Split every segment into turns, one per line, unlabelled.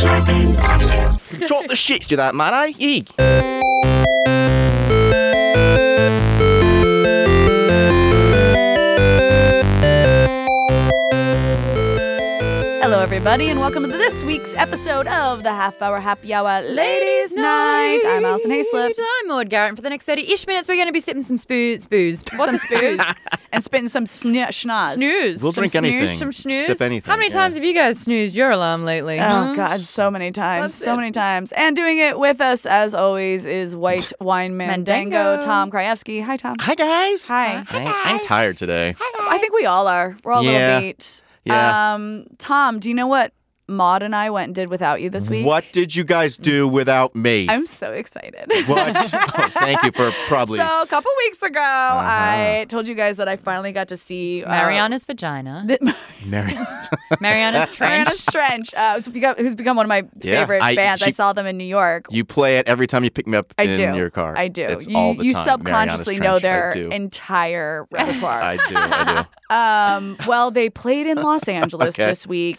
Scarpins Avenue.
Talk the shit to that man, eh? Eek.
Hello, everybody, and welcome to this week's episode of the Half Hour Happy Hour Ladies Night. I'm Alison Hayslip.
I'm Maud Garrett. For the next 30-ish minutes, we're going to be sipping some spooze. booze. What's a
Booze
spooze?
and spitting some sni- schnoz.
snooze.
We'll
some
drink
snooze,
anything.
Some snooze.
Sip anything,
How many
yeah.
times have you guys snoozed your alarm lately?
Oh,
huh?
God, so many times.
That's
So
it.
many times. And doing it with us, as always, is White Wine Mandango,
Mandango.
Tom Krajewski. Hi, Tom.
Hi, guys.
Hi.
I, I'm tired today.
I think we all are. We're all a
Yeah.
little beat.
Yeah.
Um, Tom, do you know what Maud and I went and did without you this week?
What did you guys do without me?
I'm so excited.
what? Oh, thank you for probably. Uh-huh.
So a couple weeks ago, I told you guys that I finally got to see uh,
Mariana's vagina.
th-
Mary.
Mariana's trench.
Mariana's Trench, uh, who's, become, who's become one of my
Yeah,
favorite
I-
bands. I
she-
saw them in New York.
You play it every time you pick me up
I
in
do.
your car.
I do.
It's
you
all the
you
time.
subconsciously know
Mariana's
their
Trench. I do.
entire repertoire.
I do. I do.
Um, well, they played in Los Angeles
Okay. Ah.
this week,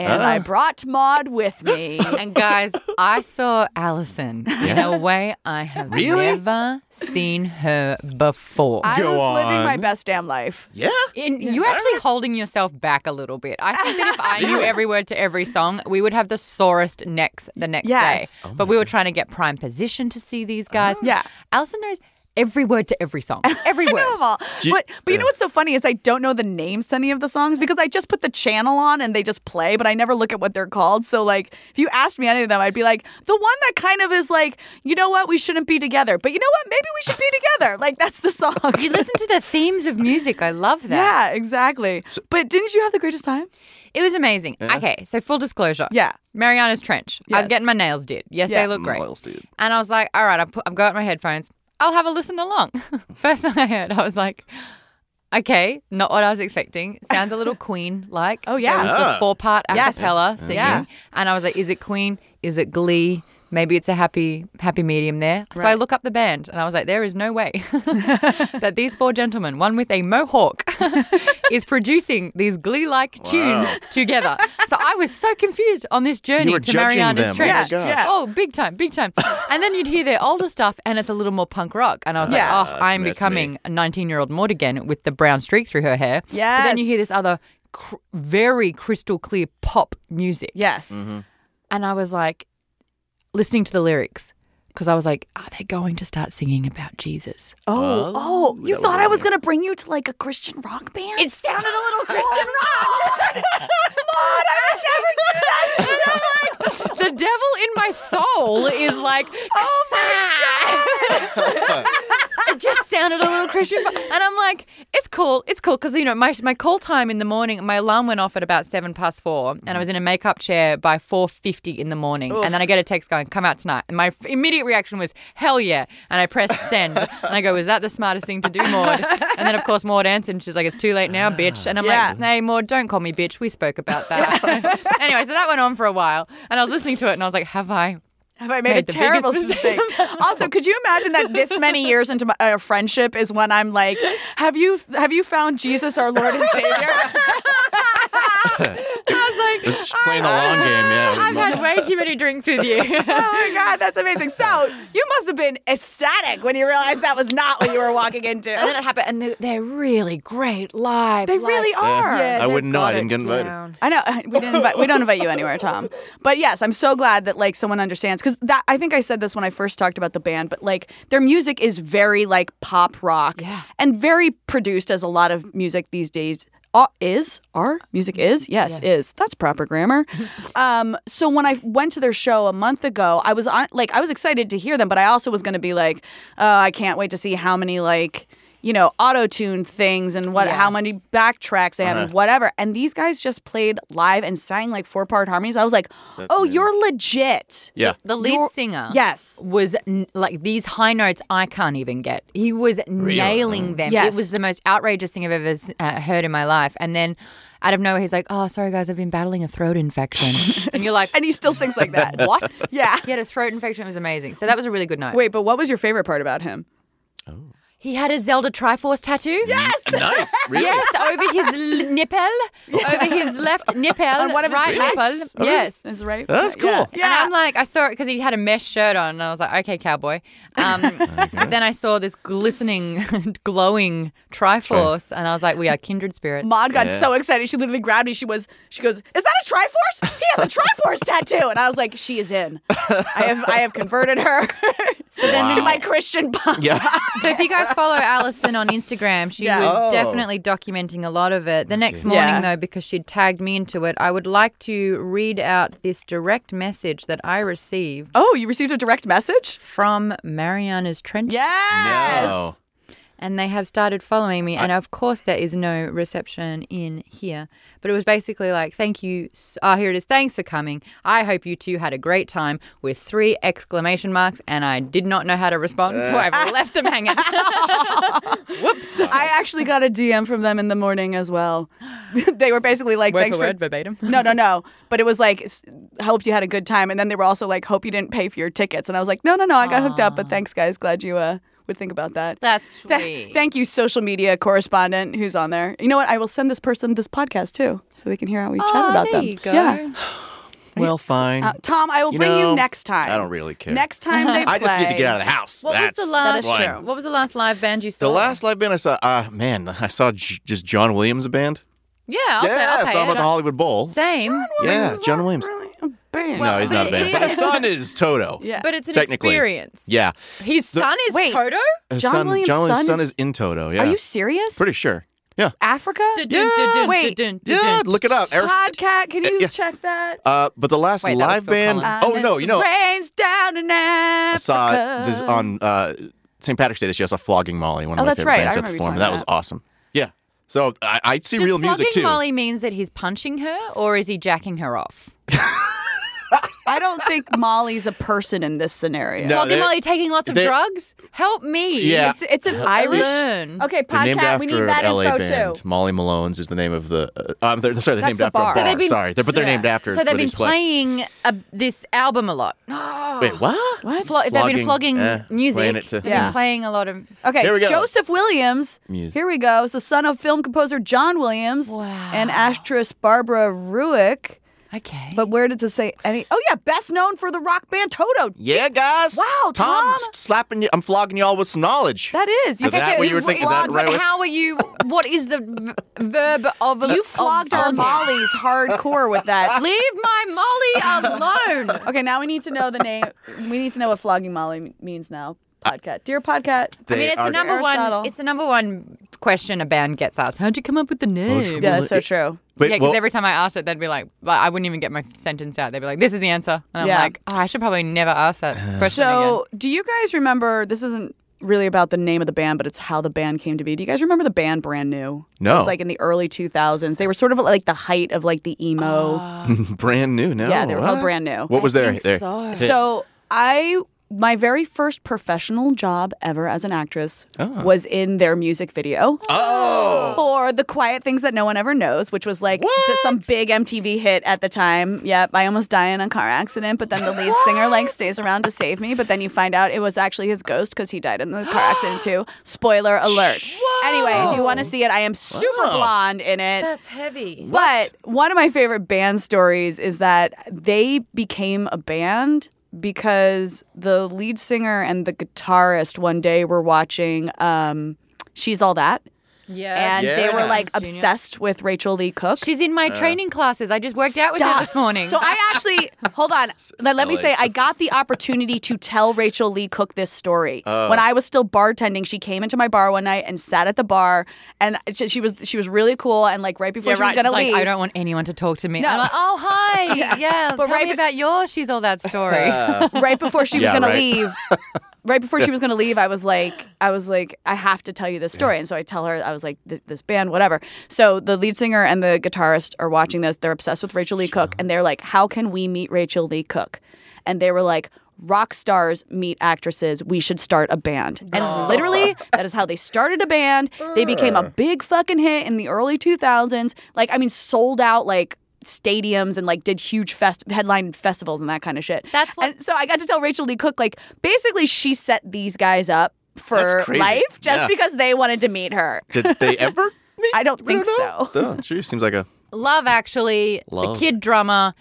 and I brought Maud with me.
And guys, I saw Allison in
Yeah?
a way I have
Really?
never seen her before.
I
Go
was living my
on.
best damn life.
Yeah.
And you're actually holding yourself back a little bit. I think that if I knew every word to every song, we would have the sorest necks the next
Yes.
day. but we were trying to get prime position to see these guys.
Yeah.
Alison knows every word to every song. Every
I know
word.
them all.
Do you-
but but you
yeah.
know what's so funny is I don't know the names to any of the songs because I just put the channel on and they just play, but I never look at what they're called. So like if you asked me any of them, I'd be like, the one that kind of is like, you know what, we shouldn't be together. But you know what? Maybe we should be together. Like that's the song.
You listen to the themes of music. I love that.
yeah, exactly. but didn't you have the greatest time?
It was amazing. Okay, so full disclosure.
Yeah.
Mariana's Trench. I was
Yes.
getting my nails did. Yes,
Yeah.
they look great.
Miles, dude.
And I was like, all right, I've, put, I've got my headphones. I'll have a listen along. First thing I heard, I was like, okay, not what I was expecting. Sounds a little Queen like.
Oh, yeah.
It was
Ah.
the four part a
Yes.
cappella singing.
Yeah.
And I was like, is it Queen? Is it Glee? Maybe it's a happy, happy medium there. So I
Right.
look up the band and I was like, there is no way that these four gentlemen, one with a mohawk, is producing these glee like tunes together. So I was so confused on this journey
were
to
judging
Mariana's
them. Oh my
Trench.
God.
Yeah.
Oh, big time, big time. and then you'd hear their older stuff and it's a little more punk rock. And I was
Yeah.
like, oh, I'm
me, that's
becoming a 19 year old Maud again with the brown streak through her hair. But then you hear
Yes.
this other cr- very crystal clear pop music.
Yes.
And I was like, listening to the lyrics. Because I was like, are they going to start singing about Jesus?
Oh, oh, you
that
thought
what
I
it
was going to bring you to like a Christian rock band?
It sounded a little Christian rock. The devil in my soul is like, oh it just sounded a little Christian, rock. and I'm like, it's cool, it's cool, because you know my my call time in the morning, my alarm went off at about seven past four, and I was in a makeup chair by four fifty in the morning, and then I get a text going, come out tonight, and my f- immediate reaction was hell yeah, and I pressed send, and I go, was that the smartest thing to do, Maud? And then of course Maud answered, and she's like, it's too late now, bitch, and I'm like,
Yeah.
hey Maud, don't call me bitch, we spoke about that. anyway, so that went on for a while, and I was listening to it, and I was like, have I?
Have I made,
Made
a
the
terrible
biggest
mistake?
mistake.
also, could you imagine that this many years into my, our friendship is when I'm like, "Have you have you found Jesus, our Lord and Savior?"
I was like,
It's playing the long game, yeah. It was
I've
my-
had way too many drinks with you.
oh my God, that's amazing! So you must have been ecstatic when you realized that was not what you were walking into.
And then it happened, and they're, they're really great live.
They
live.
really are.
Yeah,
I
they've
wouldn't know. I
got
didn't
it
get invited.
down.
I know uh, we didn't invite, we don't invite you anywhere, Tom. But yes, I'm so glad that like someone understands because that I think I said this when I first talked about the band, but like their music is very like pop rock,
Yeah.
and very produced as a lot of music these days. Uh, is are music
Mm-hmm.
is yes is that's proper grammar. um, so when I went to their show a month ago, I was on like I was excited to hear them, but I also was going to be like, oh, I can't wait to see how many like you know auto tune things and what
Yeah.
how many backtracks they have and whatever. And these guys just played live and sang like four part harmonies. I was like, oh, you're legit.
Yeah.
The lead
You're-
singer.
Yes.
Was n- like these high notes I can't even get. He was
Mm.
nailing them.
Yes.
It was the most outrageous thing I've ever s- uh, heard in my life. And then out of nowhere, he's like, Oh, sorry, guys, I've been battling a throat infection. and you're like,
And he still sings like that.
What?
Yeah.
He had a throat infection. It was amazing. So that was a really good night.
Wait, but what was your favorite part about him?
He had a Zelda Triforce tattoo. Yes.
nice. Really?
Yes, over his l- nipple, over his left nipple,
one of his
right
legs.
nipple. Yes. Oh,
Is that right?
That's cool.
Yeah.
And I'm like, I saw it because he had a mesh shirt on, and I was like, okay, cowboy. Um, But then I saw this glistening, glowing Triforce, and I was like, we are kindred spirits.
Maud got
Yeah.
so excited. She literally grabbed me. She was, she goes, "Is that a Triforce? He has a Triforce tattoo!" And I was like, "She is in. I have, I have converted her
so then
to my Christian punk."
Yeah.
So if you guys follow Alison on Instagram, she
Yeah.
was
Oh.
definitely documenting a lot of it. The next
see.
morning,
Yeah.
though, because she'd tagged me into it, I would like to read out this direct message that I received
Oh, you received a direct message?
from Mariana's Trench.
Yes.
No.
And they have started following me. and of course, there is no reception in here. But it was basically like, thank you. s- Ah, here it is. Thanks for coming. I hope you two had a great time with three exclamation marks. And I did not know how to respond, so I've left them hanging. Whoops.
I actually got a DM from them in the morning as well. they were basically like,
Word
"Thanks
for
for."
word, verbatim.
no, no, no. But it was like, s- hope you had a good time. And then they were also like, hope you didn't pay for your tickets. And I was like, no, no, no. I got hooked up, but thanks, guys. Glad you uh, would think about that.
That's
Th-
sweet.
thank you, social media correspondent who's on there. You know what? I will send this person this podcast too, so they can hear how we chat
Oh,
about
there
them.
you go.
Yeah,
Well, fine.
Uh, Tom, I will
You
bring
know,
you next time.
I don't really care.
Next time they play.
I just need to get out of the house.
What
That's,
was the last?
that is
why.
true.
What was the last live band you saw?
The last live band I saw, uh, man, I saw J- just John Williams' band.
Yeah, I'll
yeah,
say, I'll
I
pay
saw him
it.
at the Hollywood Bowl.
Same,
yeah, John Williams.
Oh, Bam.
no, he's not a
it
band. But his
is-
son is Toto.
yeah.
but it's an
Technically.
experience.
Yeah.
His son is
Wait.
Toto.
His
John
son,
Williams'
John Williams'
son
son
is-
is in Toto. Yeah.
Are you serious?
Pretty sure. Yeah.
Africa?
Dun-dun-dun-dun-dun-dun.
Wait.
Yeah, look it up. Eric-
Podcat, can you
Yeah.
check that? Uh,
Uh, but the last
Wait, that was
live band.
Phil Collins.
Oh no, you know,
Rains down in
I
Africa.
saw this on uh, St. Patrick's Day this year. I saw Flogging Molly, one of
Oh,
my
that's
favorite
right.
bands
I
at the
remember you
Forum. and
telling
That was
that.
awesome. Yeah. So I, I see
Does
real music
flogging
too.
Molly means that he's punching her, or is he jacking her off?
I don't think Molly's a person in this scenario.
No,
flogging
they-
Molly taking lots of
they-
drugs. Help me.
Yeah.
It's, it's an
I
Irish.
learn.
Okay,
They're named
Podcat, we need
after
that
an LA
info
band.
too.
Molly Malone's is the name of the. Uh, um, they're, sorry, they're
That's
named
the
after
bar.
a
So
bar.
they've
been-
sorry, they're, but they're
Yeah.
named after.
So
where
they've
they
been
just play.
playing uh, this album a lot. Oh.
Wait, what?
What?
Flo- they've been flogging
Flogging, eh,
music.
playing it to-
They've
Yeah.
been playing a lot of.
Okay,
Here we go.
Joseph Williams.
Music.
Here we go. Is the son of film composer John Williams and actress Barbara Ruick.
Okay.
But where did it say any? Oh yeah, best known for the rock band Toto.
Yeah, guys.
Wow, Tom.
Tom slapping you. I'm flogging y'all with some knowledge.
That is. You
Is that what you were
you
thinking? Is that
flogged-
right?
But
what's-
how are you? What is the v- verb of a
You flogged
of
our
flogging?
Molly's hardcore with that.
Leave my Molly alone.
Okay, now we need to know the name. We need to know what flogging Molly means now. Podcat, dear Podcat.
I mean, it's the
are-
number
Aristotle.
one. It's the number one question a band gets asked. How'd you come up with the name?
Yeah, that's so true.
Wait,
yeah, because
well,
every time I asked it, they'd be like, like, I wouldn't even get my sentence out. They'd be like, "This is the answer," and I'm
Yeah.
like, "Oh, I should probably never ask that
Uh,
question again."
So, do you guys remember? This isn't really about the name of the band, but it's how the band came to be. Do you guys remember the band Brand New?
No.
It was like in the early 2000s. They were sort of like the height of like the emo.
Ah.
brand new now.
yeah, they were all
what?
brand new.
What was there? there?
So I my very first professional job ever as an actress
Ah.
was in their music video
Oh.
for The Quiet Things That No One Ever Knows, which was like th- some big MTV hit at the time. Yep, I almost die in a car accident, but then the lead singer like stays around to save me, but then you find out it was actually his ghost because he died in the car accident too. Spoiler alert. Anyway, if you want to see it, I am super
Wow.
blonde in it.
that's heavy.
But one of my favorite band stories is that they became a band because the lead singer and the guitarist one day were watching um, She's All That.
Yeah,
And they were
Yes.
like obsessed with Rachel Lee Cook.
She's in
Uh,
my training classes. I just worked out with her
Stop.
this morning.
So I actually hold on. Let, let me say I got the opportunity to tell Rachel Lee Cook this story
Oh.
when I was still bartending. She came into my bar one night and sat at the bar, and she, she was she was really cool. And like right before
yeah,
she
right.
was
She's
gonna
like,
leave,
I don't want anyone to talk to me. I'm like, oh hi, yeah.
But
tell
right
me
be-
about your. She's all that story.
Uh,
right before she was
Yeah,
gonna
right.
leave right before she was gonna leave i was like i was like i have to tell you this story and so i tell her i was like this, this band whatever so the lead singer and the guitarist are watching this they're obsessed with rachel lee cook and they're like how can we meet rachel lee cook and they were like rock stars meet actresses we should start a band and literally that is how they started a band they became a big fucking hit in the early 2000s like i mean sold out like stadiums and like did huge fest headline festivals and that kind of shit
That's what-
and so I got to tell Rachel Lee Cook, like, basically, she set these guys up for
crazy.
life just
Yeah.
because they wanted to meet her.
Did they ever? meet?
I don't
We
think
know.
so.
Duh, she seems like a.
Love Actually,
Love.
the kid drummer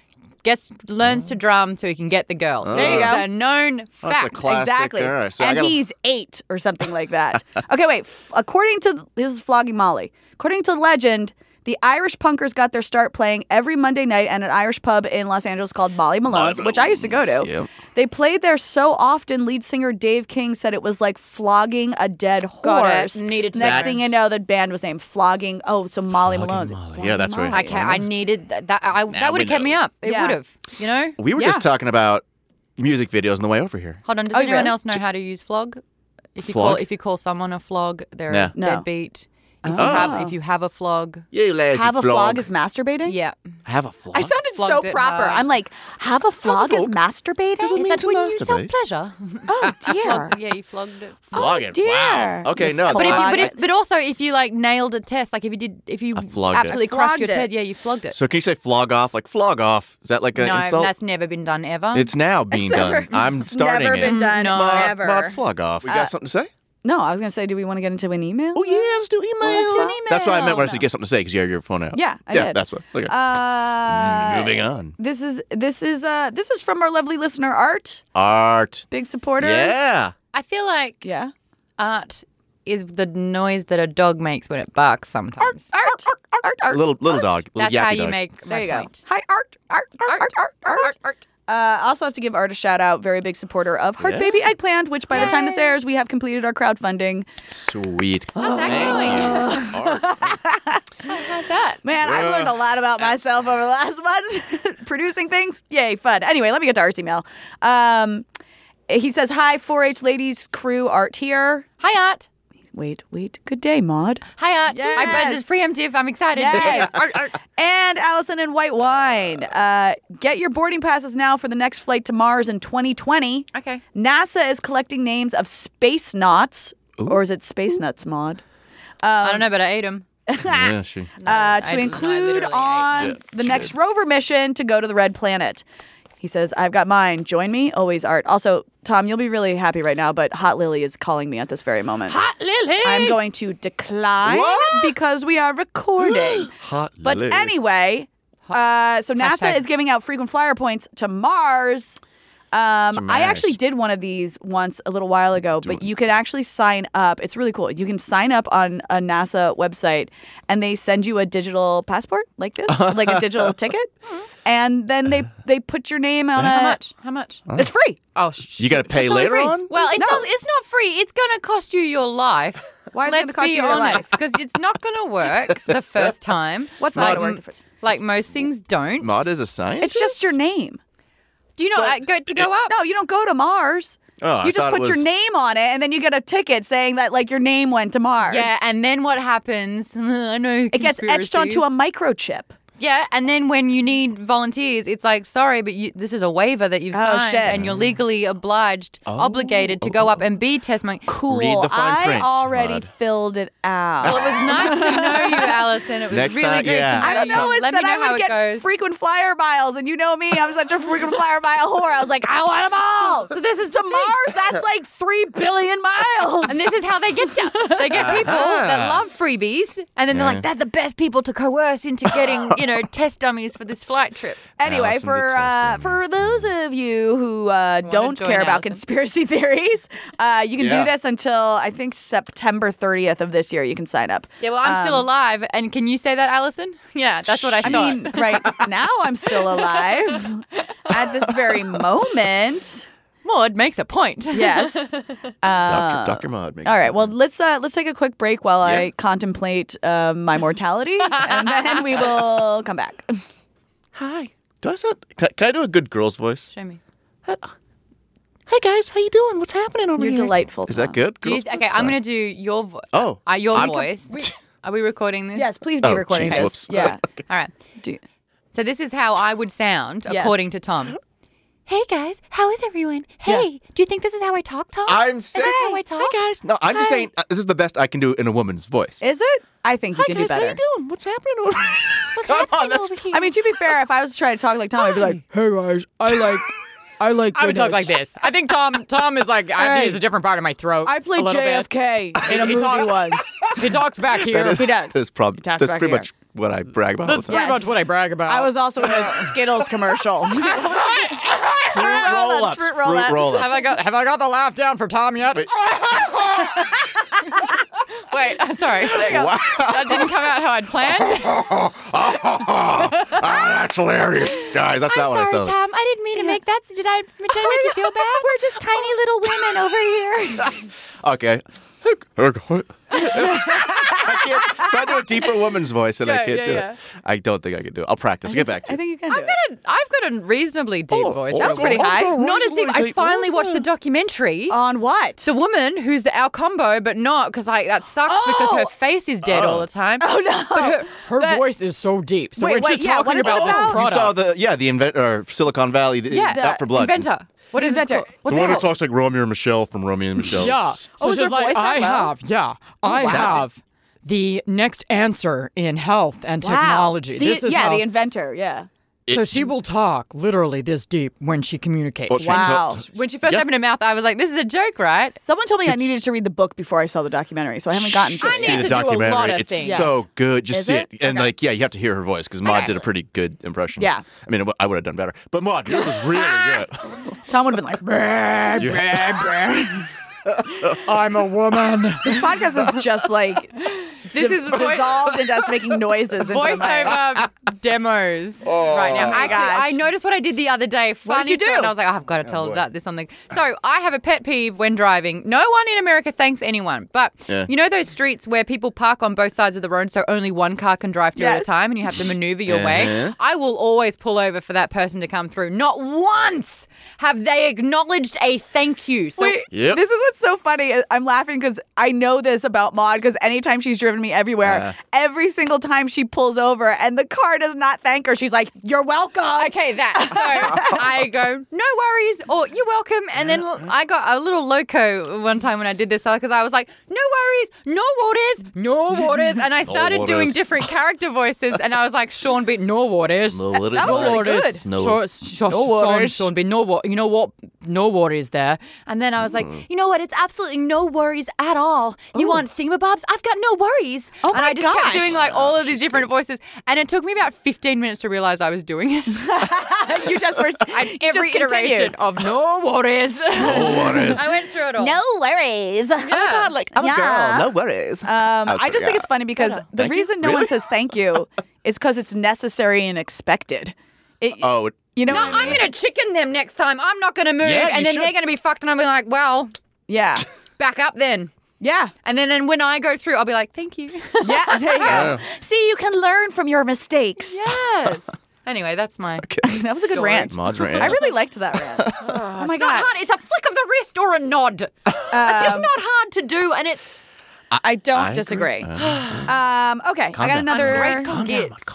gets learns to drum so he can get the girl.
There you
It's
go.
a known
Oh. That's a
fact.
classic.
Exactly.
All right, so I
and
gotta-
he's eight or something like that. okay, wait. F- According to this is Flogging Molly. According to legend, the Irish punkers got their start playing every Monday night at an Irish pub in Los Angeles called Molly Malone's, which I used to go to.
Yep.
They played there so often, lead singer Dave King said it was like flogging a dead horse.
Got it. Needed to
Next
learn.
thing you know, the band was named Flogging. Oh, so Molly Malone's.
Molly.
Flogging
Yeah, that's right.
Molly.
I, ca- I needed that. That, I,
Nah,
that would
we
have kept
know.
me up. It
Yeah.
would have. You know.
We were just
Yeah.
talking about music videos on the way over here.
Hold on. Does
Oh,
anyone
really?
else know how to use flog? If you call
Flog?
if you call someone a flog, they're
Yeah.
a
No.
deadbeat. If
Oh.
you have if you have a flog,
You lazy
Have a flog is masturbating?
yeah.
Have a flog.
I sounded
Flogged
so
it
proper.
hard.
I'm like, have a flog is masturbating?
Doesn't
Is
mean
that
to
when you
masturbate.
self pleasure?
Oh dear.
yeah, you flogged it.
flog
Oh,
it.
dear.
Wow. Okay,
You
no.
flog
But if, you, but
it.
if, but also if you like nailed a test, like if you did, if you
I flogged it.
absolutely crushed
Flogged
your
it.
TED, yeah, you flogged it.
so can you say flog off? Like flog off. Is that like an
no,
insult?
that's never been done ever.
It's now being done.
never-
I'm
it's
starting
never
it.
been done
No,
Mod-
ever.
mod flog off. We got something to say?
No, I was gonna say, do we want to get into an email?
Oh yeah, let's do email.
let's do an
That's what I meant
email.
when I said get something to say because you had your phone out.
Yeah, I
yeah,
did.
that's what. Okay.
Uh,
Moving on.
This is this is uh this is from our lovely listener Art,
Art.
big supporter.
Yeah.
I feel like
Yeah.
art is the noise that a dog makes when it barks sometimes.
Art, art, art, art.
little little dog. Little
That's how
yappy
you
dog.
make
There you
my
go.
point.
Hi Art, Art, Art, Art, Art, Art.
art.
Uh, also have to give Art a shout out. Very big supporter of Heart Baby Eggplant, which by the time this airs, we have completed our crowdfunding.
Sweet.
How's that going? How's that?
Man, I've
Well-
learned a lot about myself over the last month. Producing things, yay, fun. Anyway, let me get to Art's email. Um, he says, "Hi, 4-H ladies, crew, Art here.
Hi art.
Wait, wait, good day, Maud,
Hi art. I,
Yes.
it's preemptive. I'm excited.
Yes.
Art, art.
and Allison and White Wine. Uh, get your boarding passes now for the next flight to Mars in 2020.
Okay.
NASA is collecting names of space knots, or is it space nuts, Maud?"
I
Um,
don't know, but I ate him.
yeah, she.
uh,
I-
to
I
include
literally ate
on
that.
the next rover mission to go to the red planet. He says, I've got mine. Join me. Always art. Also, Tom, you'll be really happy right now, but Hot Lily is calling me at this very moment. Hot Lily! I'm going to decline because we are recording.
Hot.
but
lily.
anyway, uh, so NASA
Hashtag-
is giving out frequent flyer points to Mars. Um, I
Mars.
actually did one of these once a little while ago, but you can actually sign up. It's really cool. You can sign up on a NASA website, and they send you a digital passport like this, like a digital ticket, and then they they put your name on
How
a.
much? How much?
It's free.
Oh, sh-
you gotta pay later
free.
on.
Well, it
No.
does. It's not free. It's gonna cost you your life.
Why is it
Let's
gonna cost
be
you your life?
honest, because it's not gonna work the first time.
What's not
Like
gonna work
m-
the first time?
Like most things don't.
Mod is a science.
It's just your name.
Do you know uh, go, to go up?
No, you don't go to Mars.
Oh, I
you just
thought it
put your
was-
name on it, and then you get a ticket saying that like your name went to Mars.
Yeah, and then what happens? I know
it gets etched onto a microchip.
Yeah, and then when you need volunteers, it's like sorry, but you, this is a waiver that you've signed,
Oh, shit.
and you're legally obliged, obligated to go up and be test monkey.
cool.
Oh. Read the fine
I
print,
already
Maude.
filled it
Well,
out.
it was nice to know you, Alison. It was
Next
really
time-
good
yeah.
to know
I don't
you.
know. It
Let
said
me know
I
how
would
it
get
goes.
frequent flyer miles, and you know me, I'm such a frequent flyer mile whore. I was like, I want them all. So this is to Mars. That's like three billion miles.
And this is how they get you. They get people that
Ah.
love freebies, and then they're like, they're the best people to coerce into getting, you know, test dummies for this flight trip.
Anyway,
Allison's a
for
test
uh,
dummy.
for those of you who uh, don't
join
care about
Allison.
conspiracy theories, uh, you can
Yeah.
do this until I think September 30th of this year. You can sign up.
Yeah, well, I'm still
Um,
alive, and can you say that, Allison? Yeah, that's what I,
I
thought.
mean, right now I'm still alive at this very moment.
Maud makes a point.
Yes.
Doctor, Doctor Mod.
All right. Well, let's uh, let's take a quick break while I
Yeah.
contemplate uh, my mortality, and then we will come back.
Hi. Do I sound? Can, can I do a good girl's voice?
Show me.
Hey guys, how you doing? What's happening over
You're delightful.
Is
Tom.
that good?
Do you,
Girl's voice?
okay, I'm
Sorry.
gonna do your voice.
Oh.
uh, your
I'm-
voice. Are we recording this?
Yes. Please be
Oh,
recording
jeez,
this.
whoops.
Yeah.
All right.
Do-
So this is how I would sound
Yes.
according to Tom.
Hey guys, how is everyone? Hey, do you think this is how I talk, Tom?
I'm
Is
saying.
this how I talk?
Hey guys. No, I'm just saying. Uh, this is the best I can do in a woman's voice.
Is it? I think you
Hi
can
guys,
do better.
how you doing? What's happening over?
What's
Come
happening
on, that's
over here?
I mean, to be fair, if I was trying to talk like Tom, I'd be like, "Hey guys, I like,
I like.
I would talk like
goodness.
this. I think Tom Tom is like I
Hey.
think it's a different part of my throat.
I played
a little bit.
JFK in a
He
movie
talks-
once.
He talks back here.
That is-
he does.
That's probably
Tax
that's
back
pretty
here.
much what I brag about.
That's
all the time.
pretty much what I brag about.
I was also in a Skittles commercial.
fruit roll-ups.
fruit
Fruit
roll-ups.
roll-ups.
Have I got Have I got the laugh down for Tom yet?
Wait, I'm sorry. That didn't come out how I'd planned.
oh, that's hilarious, guys. That's not
I'm
what I
sorry,
said.
Tom. I didn't mean to make that. Did I? Did I make you feel bad? We're just tiny little women over here.
Okay. I can't try to do a deeper woman's voice and I
Yeah,
can't
yeah,
do
yeah.
it. I don't think I can do it. I'll practice. I'll get back to you.
I think you can do it.
I've got a reasonably deep
Oh,
voice.
oh,
That was
oh,
pretty
oh,
high.
oh,
Not as deep.
reasonably
I
deep.
finally
What was
watched the documentary.
On what?
the woman who's the our combo, but not because like that sucks because her
Oh.
face is dead all the time. Oh no! But her,
Her voice is so deep. So
Wait,
we're
what-
just
yeah, what
talking
is it
about,
about?
this
You
you
product.
saw the yeah the invent or Silicon Valley the,
yeah,
Out for Blood
inventor. What is that?
Inventor.
What's it called?
like Romeo and Michelle from Romeo and Michelle.
yeah. So
was
she's
her Oh, voice
like,
that
I
low?
have, yeah, I have the next answer in health and technology.
The-
this is
yeah,
how,
the inventor. Yeah.
so she will talk literally this deep when she communicates.
Wow.
when she first opened her mouth, I was like, "This is a joke, right?"
Someone told me I needed to read the book before I saw the documentary, so I haven't gotten to
I
it.
need
see
to
the
do a lot
documentary.
of
it's
things.
so good. Just
Is
see
it?
it, and like yeah, you have to hear her voice because Maud did a pretty good impression.
Yeah.
I mean, I would have done better, but Maud, yours was really good.
Tom would have been like, "Brr,
You-
I'm a woman.
this podcast is just like
This
di-
is voi-
dissolved into us making noises. into the mic. Oh
voiceover demos right now. Actually,
gosh.
I noticed what I did the other day. Funny
did you
story,
do?
And I was like, oh, I've got to tell that this on the. So I have a pet peeve when driving. No one in America thanks anyone, but
Yeah.
you know those streets where people park on both sides of the road, so only one car can drive through at a
Yes.
time, and you have to maneuver your way.
Uh-huh.
I will always pull over for that person to come through. Not once have they acknowledged a thank you. So
Wait,
Yep.
this is what's so funny. I'm laughing because I know this about Maud because anytime she's driven me everywhere, every single time she pulls over and the car does not thank her, she's like, You're welcome.
Okay, that. So I go, no worries, or you're welcome. And then l- I got a little loco one time when I did this because I was like, no worries, no waters, no waters. And I started doing
waters.
different character voices, and I was like, Sean Bean, no waters.
No worries.
That was
no
really
worries.
good.
No-
Sure, sure,
No
Sean-
worries.
Sean Bean, no wa- You know what? No worries there.
And then I was like, you know what? It's absolutely no worries at all. You want thingamabobs? I've got no worries. Oh and
my
I just
gosh.
kept doing like all of these different voices, and it took me about 15 minutes to realize I was doing it.
you just were every
Every iteration of no worries.
No worries.
I went through it all.
worries.
Yeah.
like I'm
Yeah.
a girl. No worries.
Uh,
Um,
was
I just
pretty
think
good.
it's funny because the
Thank you.
reason no one
Really?
says thank you is because it's necessary and expected. It,
Oh, it-
you know,
No,
what I
I'm
mean?
gonna chicken them next time. I'm not gonna move,
Yeah,
and
you
then
should.
they're gonna be fucked, and I'll be like, well,
yeah,
back up then.
yeah,
And then and when I go through, I'll be like, thank you.
yeah. There you go. See, you can learn from your mistakes.
Yes. anyway, that's my.
that was a good rant.
Maud's rant.
I really liked that rant. oh my
It's not
god, Um,
hard. It's a flick of the wrist or a nod. it's just not hard to do, and it's
I don't
I agree.
disagree.
I
um, okay, I got
down.
another
ungrateful gifts.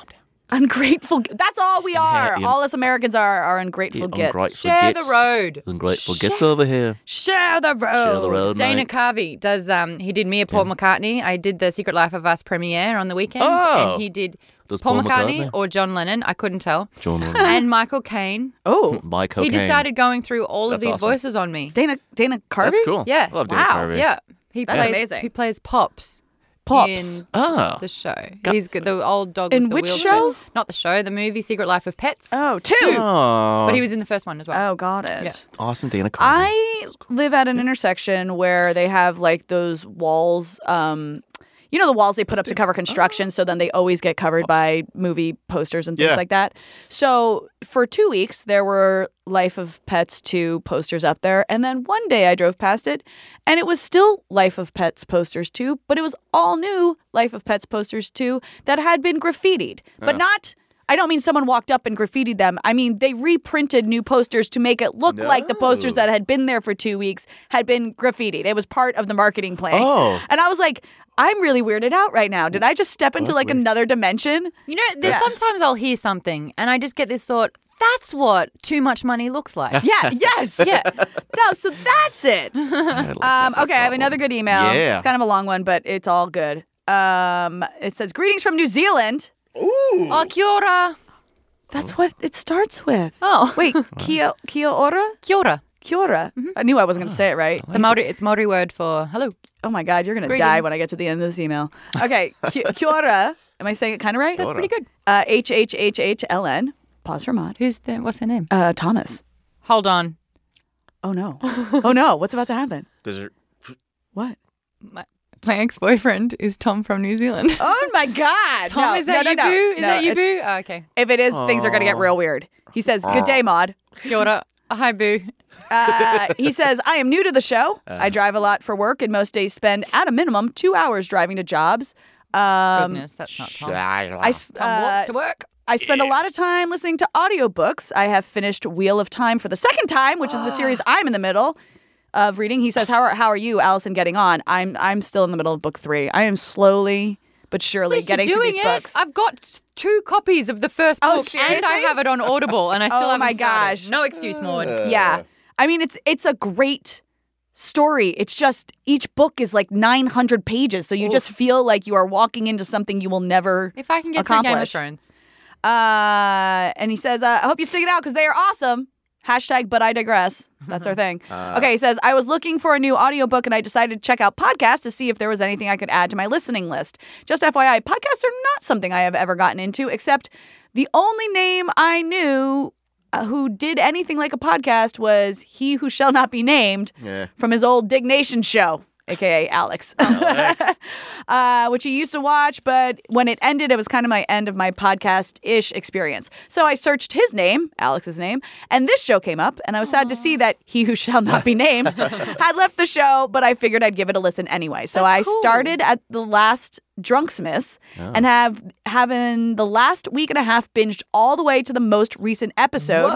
ungrateful. g- That's all we are.
in-
all us Americans are are ungrateful gits.
Ungrateful
Share the
gits.
road.
Ungrateful gets over here.
Share the road.
Share the road,
Dana
mate.
Carvey does. Um, he did me a Paul McCartney. I did the Secret Life of Us premiere on the weekend,
Oh.
and he did
Does
Paul,
Paul
McCartney,
McCartney?
or John Lennon. I couldn't tell.
John Lennon.
and Michael Caine.
Oh,
My cocaine.
He just started going through all of
That's
these
awesome.
voices on me.
Dana Dana Carvey.
That's cool.
Yeah.
Oh, I love Dana
Wow.
Carvey.
Yeah. He
That's
plays
amazing.
he plays Pops.
Pops.
In
Ah.
the show. He's good, the old dog
In
with the
which
wheelchair.
show?
Not the show, the movie Secret Life of Pets.
Oh, two.
Oh,
But he was in the first one as well.
Oh, got it.
Yeah.
awesome, Dana Carvey.
I live at an intersection where they have like those walls. Um, you know the walls they put up to
Uh-huh.
cover construction, so then they always get covered by movie posters and things
Yeah.
like that. So for two weeks there were Life of Pets two posters up there, and then one day I drove past it, and it was still Life of Pets posters two, but it was all new Life of Pets posters two that had been graffitied, but not. I don't mean someone walked up and graffitied them. I mean they reprinted new posters to make it look like the posters that had been there for two weeks had been graffitied. It was part of the marketing plan.
Oh.
And I was like, I'm really weirded out right now. Did I just step into like another dimension?
You know, there's sometimes I'll hear something and I just get this thought, that's what too much money looks like.
Yeah, yes. yeah. No, so that's it.
I like that
Um, okay, I have
problem.
another good email.
Yeah.
It's kind of a long one, but it's all good. Um, it says, Greetings from New Zealand.
Oh, kia ora.
That's what it starts with.
Oh. Mm-hmm.
Wait, kia, kia ora?
Kia ora.
Kia ora. I knew I wasn't going to say it right.
It's a Maori. It's a Maori word for hello.
Oh my God, you're going to die
Greetings.
when I get to the end of this email. Okay, ki- kia ora. Am I saying it kind of right? That's
Pretty good.
Uh, H H H H L N. Pause for mod.
Who's the? What's her name?
Uh, Thomas.
Hold on.
Oh no. Oh no. What's about to happen?
Does it-
What?
My ex-boyfriend is Tom from New Zealand.
Oh my God.
Tom,
No,
is that
no,
you,
no, no.
boo? Is
No,
that you,
it's-
boo? Oh, okay.
If it is, things are going to get real weird. He says, Good day, Maud.
Kia ora. Hi, boo.
Uh, he says, I am new to the show. I drive a lot for work and most days spend, at a minimum, two hours driving to jobs. Um,
Goodness, that's not Tom.
I, s-
Tom walks
uh,
to work.
I spend a lot of time listening to audiobooks. I have finished Wheel of Time for the second time, which is the series I'm in the middle of reading. He says, "How are how are you, Allison, getting on?" I'm I'm still in the middle of book 3. I am slowly but surely
Please,
getting
you're
through
doing
these
it.
books.
I've got two copies of the first
Oh,
book, and I
seriously?
have it on Audible, and I still
Oh
haven't
my
started.
gosh.
No excuse, Maud.
yeah. I mean, it's it's a great story. It's just each book is like 900 pages, so you just feel like you are walking into something you will never
If I can get through Game of
Accomplish.
Thrones.
Uh, and he says, uh, I hope you stick it out because they are awesome. Hashtag, but I digress. That's our thing. okay, he says, I was looking for a new audiobook and I decided to check out podcasts to see if there was anything I could add to my listening list. Just FYI, podcasts are not something I have ever gotten into, except the only name I knew uh, who did anything like a podcast was He Who Shall Not Be Named
Yeah.
from his old Dignation show, aka Alex, uh, which he used to watch. But when it ended, it was kind of my end of my podcast ish experience. So I searched his name, Alex's name, and this show came up. And I was sad to see that he who shall not be named had left the show, but I figured I'd give it a listen anyway. So I started at the last Drunksmiths and have having the last week and a half binged all the way to the most recent episode,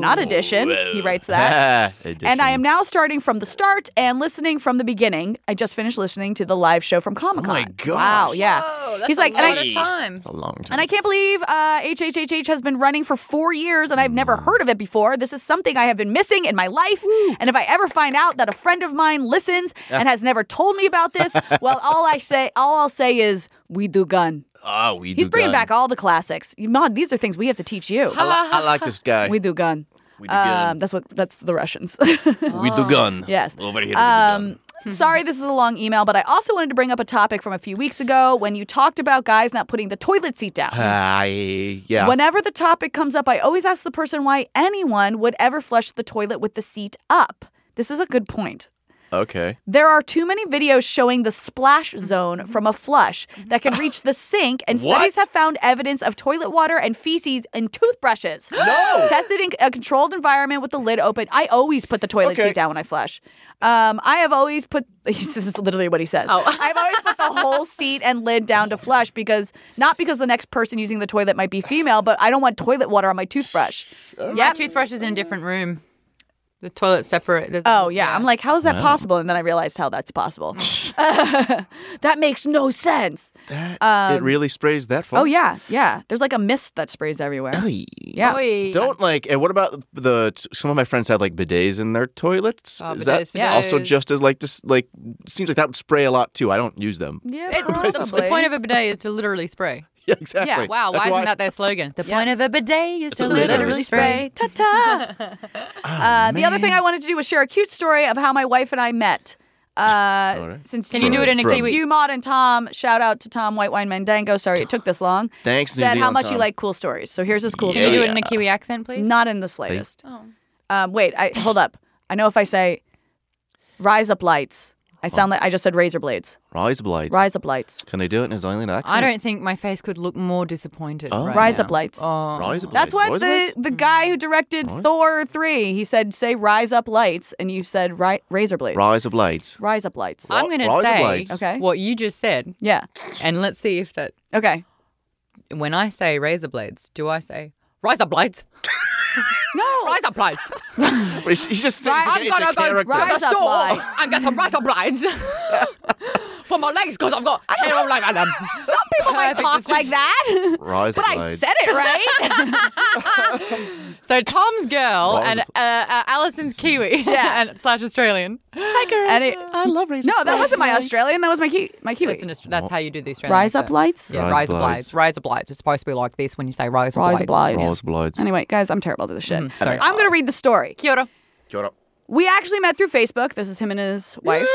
not edition. He writes that. And I am now starting from the start and listening from the beginning. I just finished listening to the live show from Comic Con.
Oh my gosh.
Wow, yeah.
Oh, that's
He's like,
a
and
lot
I,
of time.
a long time.
and I can't believe uh, HHHH has been running for four years and I've never
Mm.
heard of it before. This is something I have been missing in my life. And if I ever find out that a friend of mine listens and has never told me about this, well, all I say, all I'll say is, we do gun.
oh, we
He's
do
bringing
gun.
back all the classics. Maud, these are things we have to teach you.
I, li- I like this guy.
We do gun.
We do
Um,
gun.
that's what. That's the Russians.
we do gun.
um, Yes.
Over here. we do
Um,
gun.
sorry, this is a long email, but I also wanted to bring up a topic from a few weeks ago when you talked about guys not putting the toilet seat down.
Ah, I, yeah.
Whenever the topic comes up, I always ask the person why anyone would ever flush the toilet with the seat up. This is a good point.
okay.
There are too many videos showing the splash zone from a flush that can reach the sink, and
What?
studies have found evidence of toilet water and feces in toothbrushes.
No!
Tested in a controlled environment with the lid open. I always put the toilet
Okay.
seat down when I flush. Um, I have always put, this is literally what he says.
Oh.
I've always put the whole seat and lid down to flush because, not because the next person using the toilet might be female, but I don't want toilet water on my toothbrush.
Yeah, toothbrush is in a different room. The toilet separate. there's-
Oh yeah. I'm like, how is that possible? And then I realized how that's possible. that makes no sense.
it really sprays that far.
Um, Oh yeah, yeah. There's like a mist that sprays everywhere. Yeah.
Oi.
Don't like. And what about the? Some of my friends had like bidets in their toilets.
Oh,
Is
bidets,
that
Yeah.
also
bidets.
just as like this? Like seems like that would spray a lot too. I don't use them.
Yeah.
It- the- the,
probably.
point of a bidet is to literally spray.
Yeah, exactly.
Wow,
That's
why
why
isn't that their slogan? The point of a bidet is to
a
literally,
literally
spray.
Ta ta.
Oh,
Uh, the other thing I wanted to do was share a cute story of how my wife and I met. Uh,
right.
Since
Can you do it in a
From-
kiwi?
you, Maud, and Tom, shout out to Tom White Wine Mandango. Sorry it took this long.
Thanks, New
Said how
Zealand
much you
Tom.
like cool stories. So here's his cool
Can you
story.
do it in a Kiwi accent, please?
Not in the slightest. Um, wait, I hold up. I know if I say rise up lights, I sound like I just said razor blades.
Rise blights.
Rise up lights.
Can they do it in a Zealand accent?
I don't think my face could look more disappointed. right
Rise
now.
up lights.
Oh.
Rise blights.
That's what
Rise
the,
blights?
the guy who directed Thor 3, he said, say rise up lights, and you said ri- razor blades.
Rise of lights.
Rise up lights.
I'm going to
Rise up
say
lights.
Okay.
what you just said,
Yeah.
and let's see if that.
Okay.
When I say razor blades, do I say razor blades?
No.
Rise up blades.
He's he's just
Rise-
sticking to
I'm
it's a
gonna go
character.
rise up lights.
I got some razor blades. for my legs because I've got hair all over them. Some people might
Talk like that.
Raw as but it
I said it right.
So Tom's girl
Raw as
and uh,
a-
uh, Allison's Kiwi
Yeah.
and slash Australian.
And it-
I love raising.
no, that wasn't my Australian. That was my key. My Kiwi.
That's, an, Aust- that's how you do the Australian.
Rise up
accent.
lights.
Yeah,
Rise
rise
up
oblides.
lights.
Rise oblides. It's supposed to be like this when you say rise oblides.
Rise up lights. Mm-hmm.
Raw as bloods.
Anyway, guys, I'm terrible at this shit.
sorry.
I'm gonna read the story.
Kia ora.
We actually met through Facebook. This is him and his wife.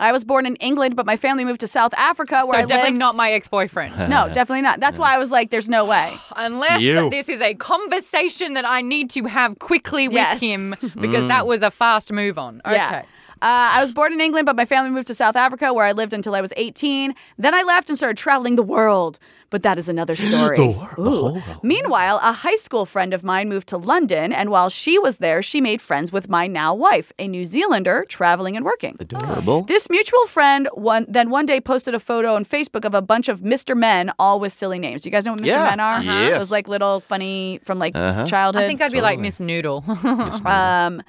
I was born in England, but my family moved to South Africa,
So
where I
definitely
lived-
not my ex-boyfriend.
No, definitely not. That's why I was like, "There's no way."
Unless
You.
this is a conversation that I need to have quickly with
Yes. Mm.
him because that was a fast move on. Okay.
Yeah. Uh, I was born in England, but my family moved to South Africa, where I lived until I was 18. Then I left and started traveling the world. But that is another story. the world, Meanwhile, a high school friend of mine moved to London, and while she was there, she made friends with my now wife, a New Zealander traveling and working.
Adorable.
This mutual friend one then one day posted a photo on Facebook of a bunch of Mr. Men, all with silly names. You guys know what Mr.
Yeah.
Men are?
Yes.
Those like little funny from like
Uh-huh.
childhood.
Uh-huh. I think I'd be like Miss Noodle.
Um,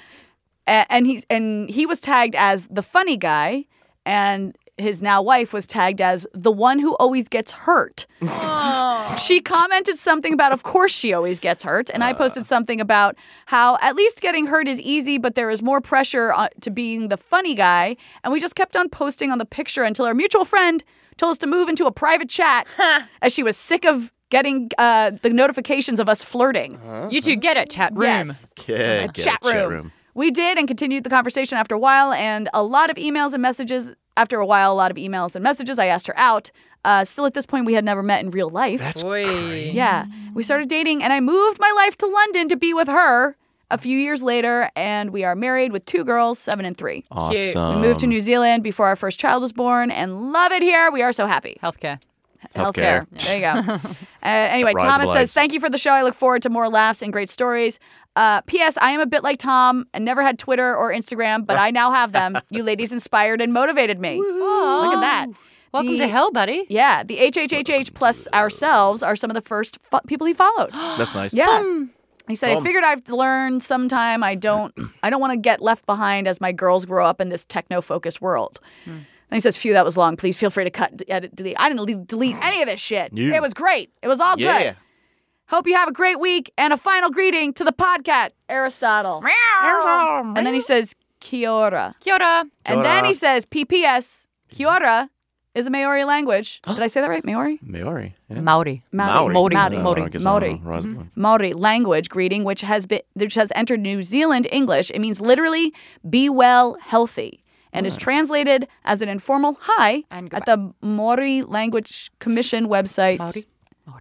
a- and he's and he was tagged as the funny guy, and his now wife was tagged as the one who always gets hurt. she commented something about, of course, she always gets hurt, and I posted something about how at least getting hurt is easy, but there is more pressure on, to being the funny guy. And we just kept on posting on the picture until our mutual friend told us to move into a private chat, as she was sick of getting uh, the notifications of us flirting.
you two get it, chat room.
Yes.
Okay. get it,
Chat room. We did and continued the conversation after a while, and a lot of emails and messages. After a while, a lot of emails and messages. I asked her out. Uh, still, at this point, we had never met in real life.
That's
Oi.
yeah, we started dating, and I moved my life to London to be with her. A few years later, and we are married with two girls, seven and three.
awesome.
We moved to New Zealand before our first child was born, and love it here. We are so happy
Healthcare.
healthcare. There you go. uh, anyway,
Rise
Thomas says,
obliges.
"Thank you for the show. I look forward to more laughs and great stories." Uh, P.S. I am a bit like Tom and never had Twitter or Instagram, but I now have them. You ladies inspired and motivated me. Look at that.
Welcome
The-
to hell, buddy.
Yeah, the HHHH plus ourselves are some of the first fo- people he followed.
That's nice.
Yeah. He said, I
Tom.
figured I've learned sometime I don't I don't want to get left behind as my girls grow up in this techno focused world.
Hmm.
And he says, Phew, that was long. Please feel free to cut, d- edit, delete. I didn't le- delete any of this shit.
Yeah.
It was great. It was all
Yeah.
good. Hope you have a great week and a final greeting to the podcast, Aristotle. Aristotle. And then he says, Kia ora.
Kia ora.
And
Kia
then
ora.
he says, PPS, Kia ora is a Maori language. Did I say that right? Maori?
Maori. Yeah.
Maori.
Maori.
Maori.
Maori. Uh,
Yeah,
Maori.
I guess I
Maori.
don't know. Rise oblides.
Maori language greeting, which has been which has entered New Zealand English. It means literally "be well, healthy," and is translated as an informal "hi"
And
at the Maori Language Commission website.
Maori.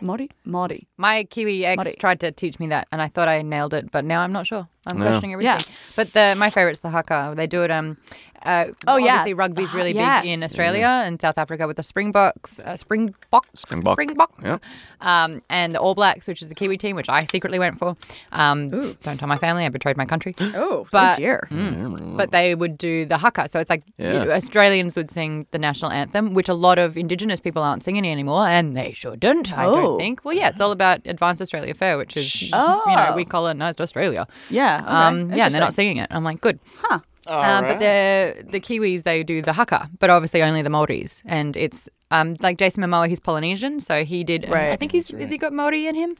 Maori, Maori.
My Kiwi ex
Maori.
tried to teach me that, and I thought I nailed it, but now I'm not sure. I'm
No.
questioning everything.
Yeah.
But the my favorite's the haka. They do it. Um. Uh,
Oh, yeah.
Obviously, rugby's really
Yes.
big in Australia and South Africa with the Springboks, uh, Springbok,
Springbok.
Springbok,
Yep.
um, and the All Blacks, which is the Kiwi team, which I secretly went for. Um, don't tell my family. I betrayed my country.
Oh,
But-
dear.
but they would do the haka. So it's like you
Yeah.
know, Australians would sing the national anthem, which a lot of Indigenous people aren't singing anymore, and they shouldn't. I
Oh.
don't think. Well, yeah, it's all about Advanced Australia Fair, which is you know we colonized Australia.
Oh. Yeah.
Um, yeah, and they're not singing it. I'm like, good. Huh. Um, But the the Kiwis they do the haka, but obviously only the Maoris, and it's um, like Jason Momoa, he's Polynesian, so he did. um, I think he's is he got Maori in him,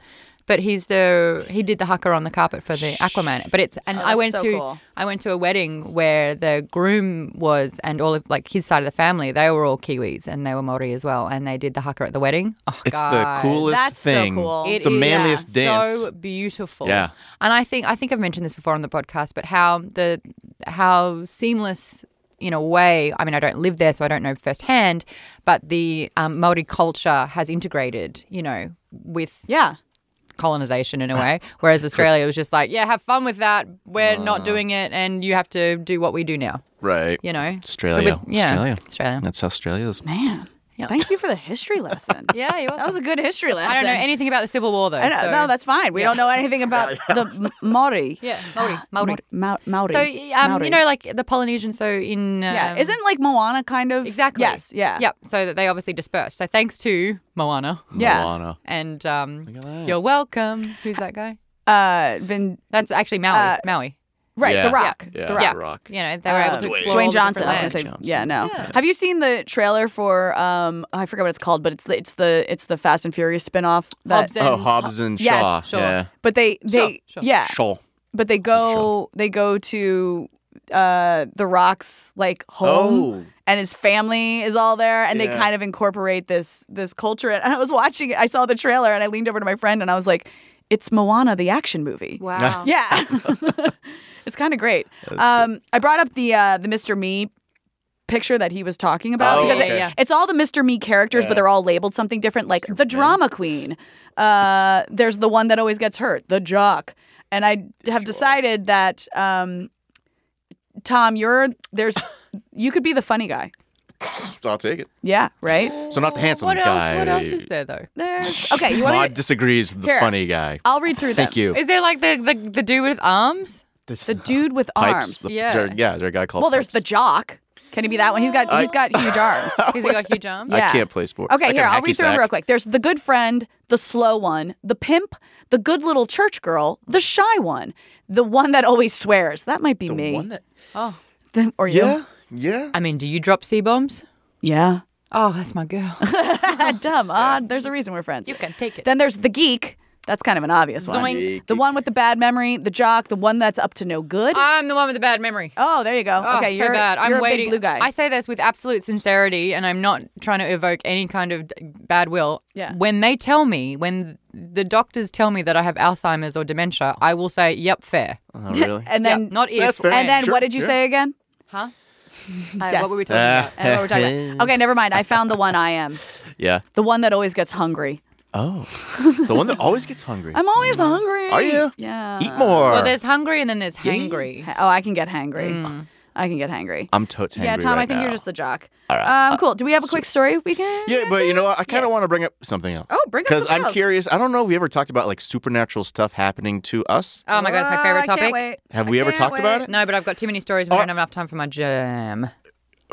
but he's the he did the haka on the carpet for the Aquaman. But it's and I
Oh, that's
went
so
to
cool.
I went to a wedding where the groom was and all of like his side of the family they were all Kiwis and they were Maori as well, and they did the haka at the wedding. Oh,
It's
guys.
the coolest
That's so
thing.
cool.
It
It's the
is
manliest dance.
So beautiful.
Yeah.
And I think I think I've mentioned this before on the podcast, but how the how seamless in a way. I mean, I don't live there, so I don't know firsthand. But the um, Maori culture has integrated, you know, with
Yeah.
colonization in a way. Whereas Australia was just like, yeah, have fun with that. We're not doing it, and you have to do what we do now.
Right.
You know,
Australia.
with- yeah,
Australia.
Australia.
That's Australia is.
Man. Thank you for the history lesson.
Yeah, you're
That was a good history lesson.
I don't know anything about the Civil War though.
I know-
so.
No, that's fine. We don't know anything about the M- Maori.
yeah, Maori, Maori.
Ma- Maori.
So um,
Maori.
you know, like the Polynesian. So in um,
yeah. Isn't like Moana kind of
exactly
Yes. Yeah.
yep. So that they obviously dispersed. So thanks to Moana
Yeah.
Moana.
and um,
at that.
you're welcome. Who's that guy?
Uh, Vin-
That's actually Maui.
Uh,
Maui.
Right,
Yeah.
The Rock.
Yeah,
The
yeah.
Rock.
Rock.
You know, they were able to
Dwayne.
explore all
Dwayne
the
Johnson.
different
I was gonna say,
lands.
Dwayne
yeah,
Johnson.
no.
Yeah.
Have you seen the trailer for um? I forgot what it's called, but it's the it's the it's the Fast and Furious spinoff. That,
Hobbs and-
Oh, Hobbs and
Yes,
Shaw.
sure.
Yeah.
But they they
Shaw, Shaw.
yeah,
Shaw.
but they go they go to uh the Rock's like
Oh.
home. and his family is all there and they
Yeah.
kind of incorporate this this culture and i was watching it i saw the trailer and i leaned over to my friend and i was like it's moana the action movie
Wow.
yeah it's kind of great um i brought up the uh the mr me picture that he was talking about
Oh,
because
okay.
it-
Yeah.
it's all the mr me characters but they're all labeled something different like the drama queen uh there's the one that always gets hurt the jock and i have decided that um tom you're there's you could be the funny guy
I'll take it.
yeah, right?
So not the handsome
what
guy.
Else, what else is there though?
There's okay, you
Maud
want to
disagrees with the
Here.
funny guy.
I'll read through them.
Thank you.
Is there like the the, the dude with arms?
The dude with
Pipes.
arms.
The,
Yeah.
yeah. yeah, is there a guy called
well, there's the
Pipes?
jock. Can he be that one? He's got
I-
he's got huge arms.
Is he got huge arms?
Oh, Yeah.
I can't play sports. I
Okay,
can
here, I'll
hacky
read through them
sack.
real quick. There's the good friend, the slow one, the pimp, the good little church girl, the shy one, the one that always swears. That might be
The
me.
one that-
Oh,
The- or you.
Yeah. Yeah.
I mean, do you drop C bombs?
Yeah.
Oh, that's my girl.
Dumb. Odd. There's a reason we're friends.
you can take it.
Then there's the geek. That's kind of an obvious one.
Zoink.
The one with the bad memory, the jock, the one that's up to no good.
I'm the one with the bad memory.
oh, there you go.
Ah. Oh,
okay,
so
you're,
bad. I'm
you're a
waiting.
big blue guy.
I say this with absolute sincerity, and I'm not trying to evoke any kind of d- bad will.
Yeah.
When they tell me, when the doctors tell me that I have Alzheimer's or dementia, I will say, "Yep, fair."
Oh, really?
and
Yep,
then
not if.
That's fair.
when.
And then
Sure,
what did you
yeah.
say again?
huh?
Yes.
What were we talking about?
I don't know what we're talking about. Okay, never mind. I found the one I am.
yeah.
The one that always gets hungry.
Oh. the one that always gets hungry.
I'm uh, always hungry.
Mm-hmm. Are you?
Yeah.
Eat more.
Well, there's hungry and then there's hangry.
Oh, I can get hangry. I can get hangry.
Mm. I'm totes hangry
yeah, Tom,
right
I think
now.
you're just the jock. All right. Um, cool. Do we have a quick story we can?
Yeah, but you know what? I kind of
Yes.
want to bring up something else.
Oh, bring up
Because
something
I'm
else.
curious. I don't know if we ever talked about like supernatural stuff happening to us.
Oh my god, it's my
Ah,
favorite
Uh, I can't
topic.
wait.
Have
I
we ever
can't
talked about it?
wait.
No, but I've got too many stories. and We
Oh.
don't have enough time for my jam.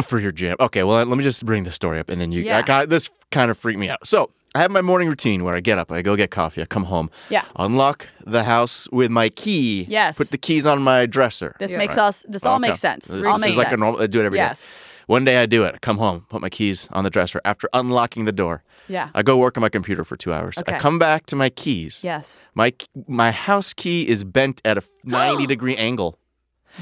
For your jam. Okay, well, let me just bring the story up and then you.
Yeah.
I got, this kind of freaked me out. So I have my morning routine where I get up, I go get coffee, I come home,
Yeah.
unlock the house with my key,
Yes.
put the keys on my dresser.
This
Yeah.
makes us. This all
Okay.
makes sense.
This
all
is
makes
like a
sense.
normal. I do it every day.
Yes.
One day I do it. I come home, put my keys on the dresser after unlocking the door.
Yeah.
I go work on my computer for two hours.
Okay.
I come back to my keys.
Yes.
My my house key is bent at a 90 degree angle.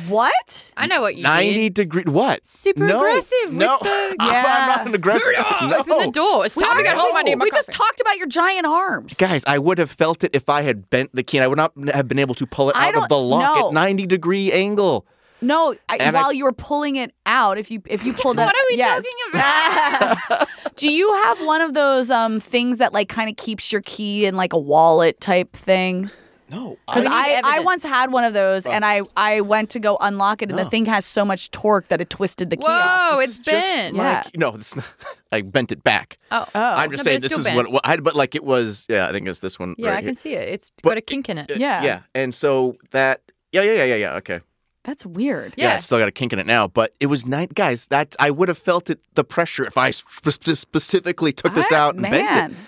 What?
I know what you
90
did.
degree what?
Super
no.
aggressive with
No.
the-
I'm
Yeah.
not an aggressive. no.
Open the door. It's time to get home. I need Oh my
we just
coffee.
talked about your giant arms.
Guys, I would have felt it if I had bent the key and I would not have been able to pull it
I
out of
don't-
the lock
no.
at 90 degree angle.
No, I,
And I-
while you were pulling it out, if you if you pulled that,
What are we
yes.
talking
about? Do you have one of those um things that like kind of keeps your key in like a wallet type thing?
No.
Because
We need
I, I
evidence.
once had one of those, and I I went to go unlock it, and
Oh.
the thing has so much torque that it twisted the key. off.
Whoa, Oh, it's bent.
Yeah.
no, it's not, I bent it back.
Oh,
I'm just
No, but
saying
it's
this
still
is
bent.
what, what I had, but like it was, yeah, I think it's this one.
yeah,
right
I can
here.
see it. It's
But
got a kink in it.
Uh,
Yeah.
Yeah. And so that, yeah, yeah, yeah, yeah, yeah. Okay.
That's weird.
Yeah,
Yeah.
it's still got a kink in it now, but it was nine guys. That I would have felt it the pressure if I sp- sp- specifically took this
I-
out and
man.
bent it.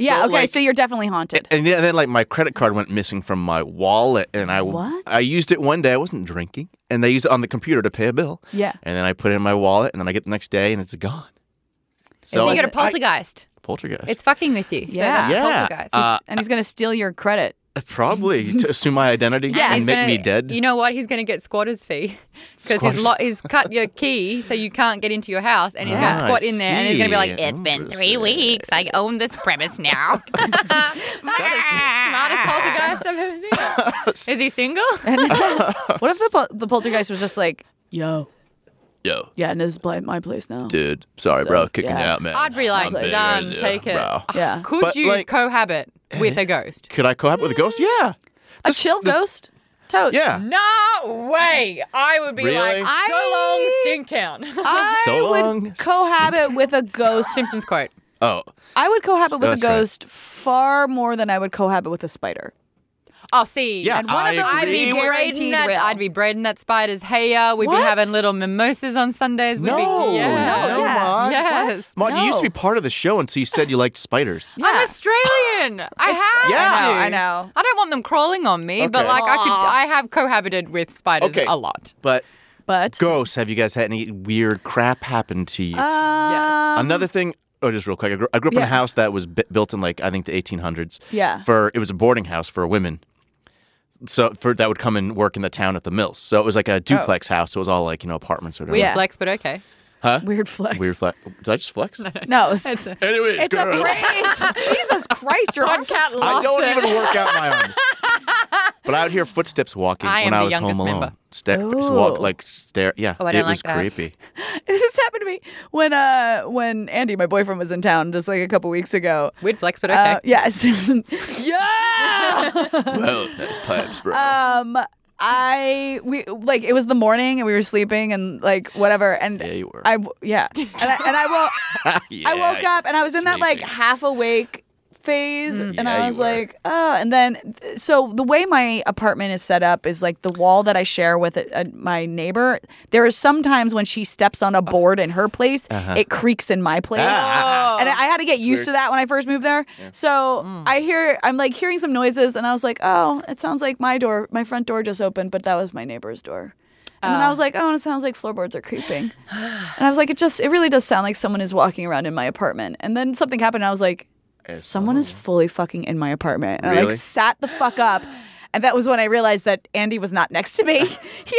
Yeah.
So,
okay.
like-
so you're definitely haunted.
And yeah, then like my credit card went missing from my wallet, and I
What?
I used it one day. I wasn't drinking, and they used it on the computer to pay a bill.
Yeah.
and then I put it in my wallet, and then I get the next day, and it's gone.
So, you
I-
got a poltergeist.
poltergeist.
It's fucking with you. So
Yeah.
that's
Yeah.
poltergeist.
Uh,
and he's gonna steal your credit.
probably to assume my identity
And
and
he's
make
gonna-
me dead.
You know what? He's going to get squatter's fee because he's,
Squatter's-
lo- he's cut your key so you can't get into your house and he's going to
Ah, I
squat in there and he's going to be like,
see.
it's been three
Interesting.
weeks. I own this premise now. That's
Mm.
the smartest poltergeist I've ever seen. Is he single?
Oh,
What if the pol- the poltergeist was just like, yo,
Yo,
yeah, and this is pla- my place now.
dude, sorry, bro, kicking you
yeah.
out, man.
I'd be like,
I'm big
done,
on you,
take it. Ah,
bro.
Yeah.
Could
But,
you
like-
cohabit with a ghost?
Could I cohabit with a ghost? Yeah,
A chill ghost? Totes.
yeah.
Mm-hmm. No way! I would be
Really?
like, so long, Stinktown.
I
So
would
long,
cohabit with a ghost.
Simpsons quote.
Oh,
I would cohabit with a
That's right.
ghost far more than I would cohabit with a spider.
Oh, see.
yeah.
And one of
I
those
agree.
I'd
Is it
be braiding
guaranteed
that.
real?
I'd be braiding that spider's hair. We'd be
What?
having little mimosas on Sundays. We'd
No,
be, yeah.
no,
yeah.
Maud.
yes.
Maud, you used to be
No.
part of the show until you said you liked spiders.
Yeah.
I'm Australian. children. I have.
Yeah.
to.
I know.
I don't want them crawling on me, but
Okay.
like I could, I have cohabited with spiders
Okay.
a lot.
But
But
ghosts, have you guys had any weird crap happen to you?
uh,
yes.
Another thing. Oh, just real quick. I grew, I grew up in
Um, Yeah.
a house that was b- built in like I think the 1800s.
Yeah.
For it was a boarding house for women. So for that would come and work in the town at the mills. So it was like a duplex house. It was all like you know apartments or whatever.
Weird
Yeah.
flex, but okay.
weird flex.
Weird flex. Did I just flex?
No, it's,
Anyways,
It's a
girls,
phrase.
Jesus Christ, you're on cat
I don't even work out my arms. But I would hear footsteps walking
I am
when I
the
was home
youngest
alone.
member.
Step, walk
Ooh.
like stare. Yeah,
I
it
don't
was
like that.
creepy.
this happened to me when uh when Andy, my boyfriend, was in town just like a couple weeks ago.
Weird flex, but okay.
Uh, yes, yeah.
well, that's pipes, bro.
Uh,
Um, I we like it was the morning and we were sleeping and like whatever and
Yeah, you were.
I w- yeah and I, and I woke I woke up and I was in that like
sleeping.
half awake phase and
Mm-hmm. Yeah, you
I was
were.
like oh and then so the way my apartment is set up is like the wall that I share with a, a- my neighbor there is sometimes when she steps
Oh.
on a board in her place
Uh-huh.
it creaks in my place
Ah.
and I had to get used to that when I first moved there. So
Mm.
I hear I'm like hearing some noises, and I was like, oh, it sounds like my door, my front door just opened, but that was my neighbor's door. And then I was like, oh, and it sounds like floorboards are creeping. and I was like, it just, it really does sound like someone is walking around in my apartment. And then something happened, and I was like, someone is fully fucking in my apartment. And I
Really?
like sat the fuck up. And that was when I realized that Andy was not next to me. he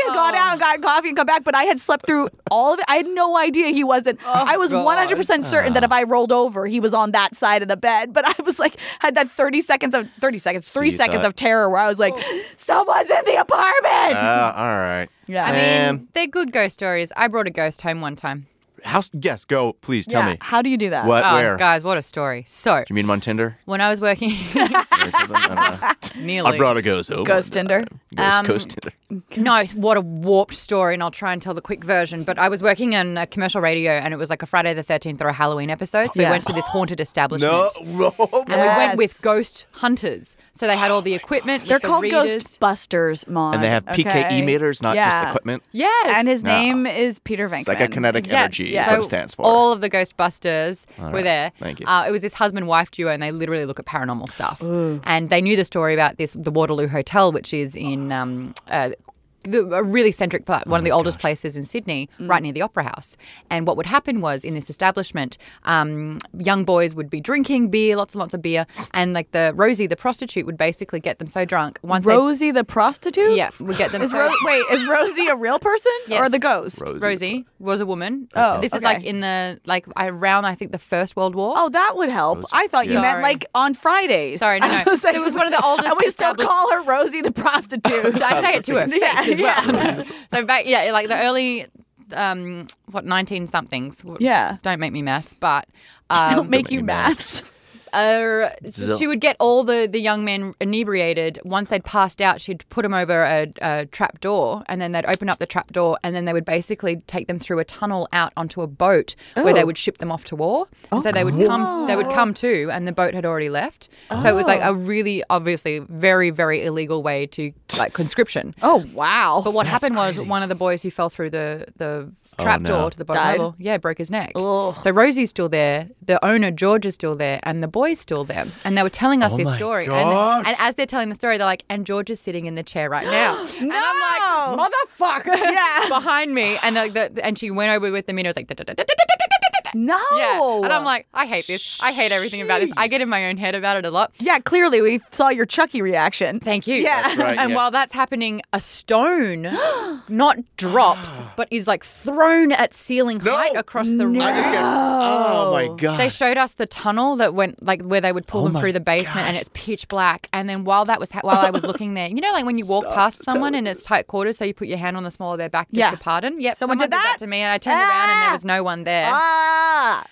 had gone out and gotten coffee and come back, but I had slept through all of it. I had no idea he wasn't. I was
Oh, God.
100% certain that if I rolled over, he was on that side of the bed. But I was like, had that 30 seconds of, 30 seconds, three
you
seconds
thought-
of terror where I was like,
Oh.
someone's in the apartment.
Ah, all right.
yeah.
I
Man.
mean, they're good ghost stories. I brought a ghost home one time.
House. Yes, go. Please tell
yeah.
me.
How do you do that?
What?
Oh,
where?
guys, what a story. So,
You mean him on Tinder?
when I was working,
Or something? I don't know.
nearly.
I brought a ghost over.
Ghost Tinder.
Ghost,
Um,
ghost Tinder.
No, it's- what a warped story, and I'll try and tell the quick version. But I was working in uh, commercial radio, and it was like a Friday the 13th or a Halloween episode. So
Yeah.
we went to this haunted establishment.
no.
And we went with
Yes.
ghost hunters. So they had all the equipment.
They're
with the
called
readers.
Ghostbusters, Mom.
And they have PKE meters, not just equipment.
Yes.
And his
No.
name is Peter Venkman.
Psychokinetic energy is
yes.
what it
So
stands for.
All of the Ghostbusters were there.
Thank you.
Uh, it was this husband wife duo, and they literally look at paranormal stuff. And they knew the story about this the Waterloo Hotel, which is in. Um, uh, the, a really centric part, one
Oh
of the oldest places in Sydney,
Mm.
right near the Opera House. And what would happen was in this establishment, um, young boys would be drinking beer, lots and lots of beer, and like the Rosie, the prostitute, would basically get them so drunk once they-
Rosie the prostitute?
yeah, would get them
Is
so
Ro- wait, is Rosie a real person or
Yes.
the ghost?
Rosie was a woman.
Oh,
this is
okay.
like in the like around I think the First World War.
Oh, that would help. I thought you meant
Sorry.
like on Fridays.
Sorry, no,
I
no.
gonna say-
It was one of the oldest
And we still
established-
call her Rosie the prostitute.
So I say it to her face
Yeah,
as well. so back, yeah, like the early, um, what nineteen somethings.
Yeah.
don't make me maths, but um,
Don't make you
me
maths.
uh, so she would get all the, the young men inebriated. Once they'd passed out, she'd put them over a, a trap door, and then they'd open up the trap door, and then they would basically take them through a tunnel out onto a boat where
Oh.
they would ship them off to war. And so they would come, they would come to, and the boat had already left. So it was
Oh.
like a really, obviously, very, very illegal way to like conscription.
Oh wow.
But what happened was one of the boys who fell through the the trap door to the bottom level, yeah, broke his neck. So Rosie's still there, the owner George is still there, and the boy's still there. And they were telling us this story, and, and as they're telling the story, they're like, "And George is sitting in the chair right now," and I'm like, "Motherfucker!"
Yeah.
behind me, and the, the, and she went over with the meter, was like. "Da-da-da-da-da-da-da-da-da."
no.
Yeah, and I'm like, I hate this. I hate everything about this. I get in my own head about it a lot.
yeah. Clearly, we saw your Chucky reaction.
Thank you.
Yeah. That's
right,
and
yeah.
while that's happening, a stone not drops, but is like thrown at ceiling height across the room.
I just get. Oh my god.
They showed us the tunnel that went like where they would
Oh
pull them through the basement, and it's pitch black. And then while that was ha- while I was looking there, you know, like when you walk past someone and it's tight quarters, so you put your hand on the small of their back just
Yeah.
to pardon. Yep,
Someone
someone,
did
did
that?
to me, and I turned around and there was no one there.
Ah.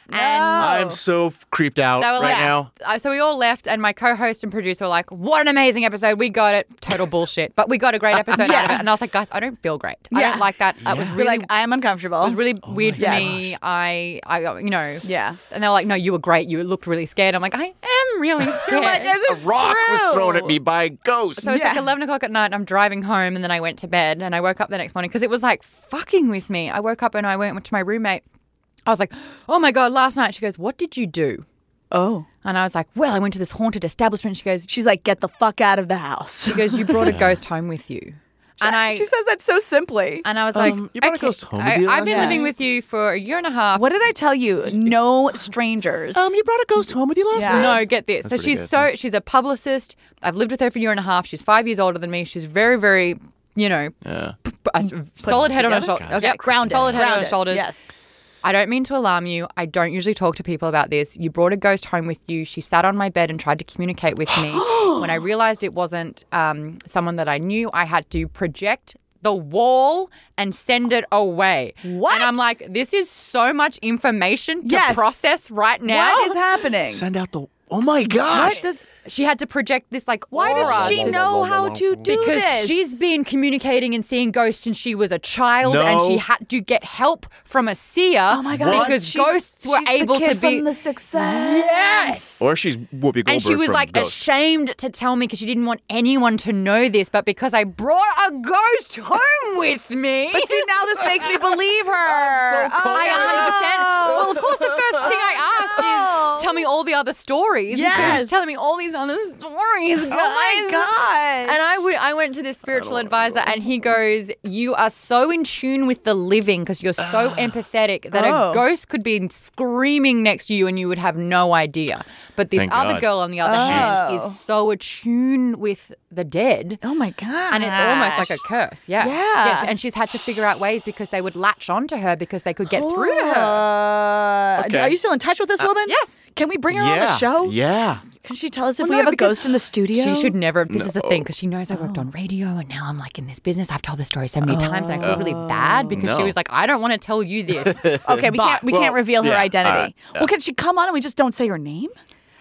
And
I'm so creeped out
they were
right
like,
now.
Uh, so we all left, and my co-host and producer were like, "What an amazing episode! We got it. Total bullshit, but we got a great episode out of it." And I was like, "Guys, I don't feel great. I
Yeah.
don't like that. That was
You're
really,
like
it
I am uncomfortable.
was really weird for
gosh.
me. I, I, you know,
Yeah.
And they were like, "No, you were great. You looked really scared." I'm like, "I am really scared."
A rock was thrown at me by a ghost.
So it's like 11 o'clock at night, and I'm driving home, and then I went to bed, and I woke up the next morning because it was like fucking with me. I woke up and I went to my roommate. I was like, oh my God, last night. She goes, what did you do?
Oh.
And I was like, well, I went to this haunted establishment. She goes, she
She's like, get the fuck out of the house.
goes, you brought a ghost home with you. And I
She says that so simply.
and I was like,
Um, you brought a
okay,
ghost home with
I,
you
I've been
last
living with you for a year and a half.
What did I tell you? No strangers.
Um, you brought a ghost home with you last night.
No, get this. so
pretty
she's
good,
so she's a publicist. I've lived with her for a year and a half. She's five years older than me. She's very, very, you know,
Yeah.
p- p- a s- solid head on her shoulders. Okay,
Mm. grounded.
Solid head on her
Grounded,
shoulders.
yes.
I don't mean to alarm you. I don't usually talk to people about this. You brought a ghost home with you. She sat on my bed and tried to communicate with me. when I realized it wasn't um, someone that I knew, I had to project the wall and send it away. What? And I'm like, this is so much information to
Yes.
process right now.
What is happening?
Send out the. Oh my gosh.
What does
She had to project this like
why does
aura
she
to-
know how to do
because
this?
she's been communicating and seeing ghosts since she was a child, and
No.
she had to get help from a seer. Oh my
God.
Because
She's-
ghosts were
she's the
able
kid
to be.
from the success.
yes.
Or she's Whoopi Goldberg
And she was
from
like
Ghost.
ashamed to tell me because she didn't want anyone to know this. But because I brought a ghost home with me,
But see, now this makes me believe her. Oh,
I 100%. Well, of course, the first thing I
Oh.
ask is tell me all the other stories. And She
Yes.
was telling me all these other stories, guys.
oh my god.
And I went- I went to this spiritual advisor, and he goes, "You are so in tune with the living because you're so
Ah.
empathetic that
Oh.
a ghost could be screaming next to you, and you would have no idea. But this
Thank
other
God.
girl, on the other hand,
Oh.
is so attuned with the dead."
Oh my god.
And it's almost like a curse, yeah.
Yeah.
she- and she's had to figure out ways because they would latch onto her because they could get through to her.
Uh,
Okay.
Are you still in touch with this woman?
yes.
Can we bring her on
yeah.
the show?
Yeah.
Can she tell us if we
Well, no,
have a
because
ghost in the studio?
She should never. This is the thing because she knows I worked
Oh.
on radio and now I'm like in this business. I've told this story so many times and I feel really bad because she
No.
was like, I don't want to tell you this.
Okay, we can't. We
Well,
can't reveal her
yeah,
identity.
all right, yeah.
Well, can she come on and we just don't say her name?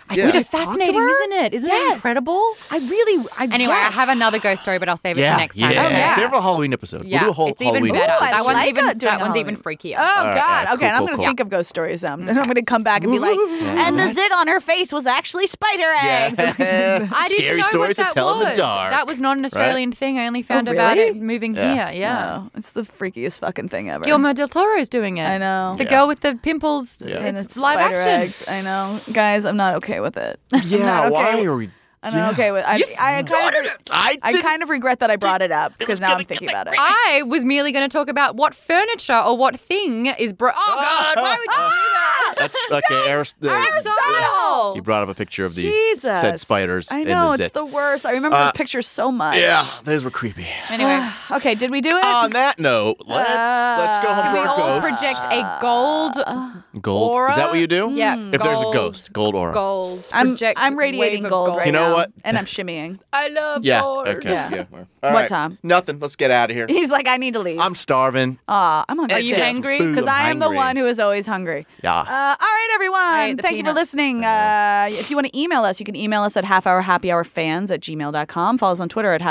I
Yeah.
think it's
Just talk to
fascinating,
her?
isn't it? Isn't
Yes.
that incredible?
I really. I
Anyway,
yes.
I have another ghost story, but I'll save it
Yeah.
to next time.
Yeah.
okay?
yeah.
Save it for a Halloween episode.
Yeah,
We'll do a whole
it's even
Halloween
better.
episode.
that one's
like
even
that, doing
that
a
one's even
Halloween.
freakier.
Oh
right,
God!
yeah,
okay,
cool,
and I'm
cool,
gonna
cool.
think of ghost stories now, and I'm gonna come back and be like, "And the zit on her face was actually spider eggs." Oh,
Yeah.
I didn't
Scary
know
stories
what that
to tell
was.
in the dark.
That was not an Australian thing. I only found about
Oh, really?
it moving
Yeah.
here. Yeah.
Oh, it's the freakiest fucking thing ever.
Guillermo del Toro's doing it.
I know.
The
Yeah.
girl with the pimples.
and
It's
it's
live
spider
action.
eggs. I know, guys. I'm not okay with it.
yeah.
okay
Why
with-
are we?
I'm not okay with. I, I, kind of,
I
I
didn't-
kind of regret that I brought it up
was
because now I'm
gonna get
thinking
that
about it.
I was merely going to talk about what furniture or what thing is bro. Oh, God, why would you do that?
That's okay. Arist- uh,
Aristotle!
You brought up a picture of the
Jesus.
said spiders
I
in the
know it's
zit. Uh,
the worst. I remember those pictures so much.
yeah, those were creepy.
Anyway,
Okay, did we do it?
On that note, let's let's go home
we
to our
all
ghosts.
project a
Ah.
gold
gold. Is that what you do?
Yeah,
If there's a
gold.
ghost, gold aura.
gold.
I'm,
project
I'm radiating
wave of
gold, right
You know
now,
what?
and I'm shimmying.
I love
Yeah.
gold.
Okay.
Yeah.
All
What time?
Nothing. Let's get out of here.
He's like, I need to leave.
I'm starving.
Aw, I'm on.
Are you hungry?
food.
Because
I'm
I am the
hungry.
one who is always hungry.
Yeah.
Uh, all right, everyone.
the
Thank you for
peanut.
listening. Uh, if you want to email us, you can email us at halfhourhappyhourfans at gmail.com. Follow us on Twitter at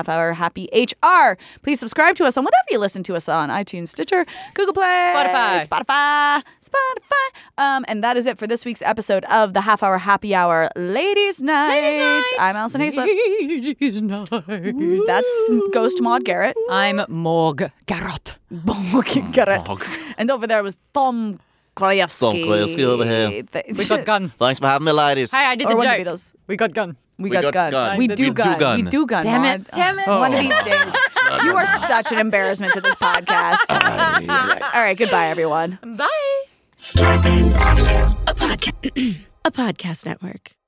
halfhourhappyhr. Please subscribe to us on whatever you listen to us on iTunes, Stitcher, Google Play,
Spotify.
Spotify, Spotify. Um, and that is it for this week's episode of the Half Hour Happy Hour Ladies Night. I'm Allison Hazlett.
Ladies night.
That's Ghost Maud Garrett.
I'm Morg Garrot.
Bonk Garrett. And over there was Tom Krajewski.
Tom Krajewski over here.
We got gun.
Thanks for having me, ladies.
Hey, I did
Or
the
one of
joke.
the Beatles.
We got gun.
We
We, got,
got
gun.
gun.
We
We
do
do
gun.
gun.
We do gun.
Damn it.
Maude.
Damn it.
One of these days. You are such an embarrassment to this podcast. All right. Goodbye, everyone.
Bye.
Starbands Audio, a podcast, a podcast network.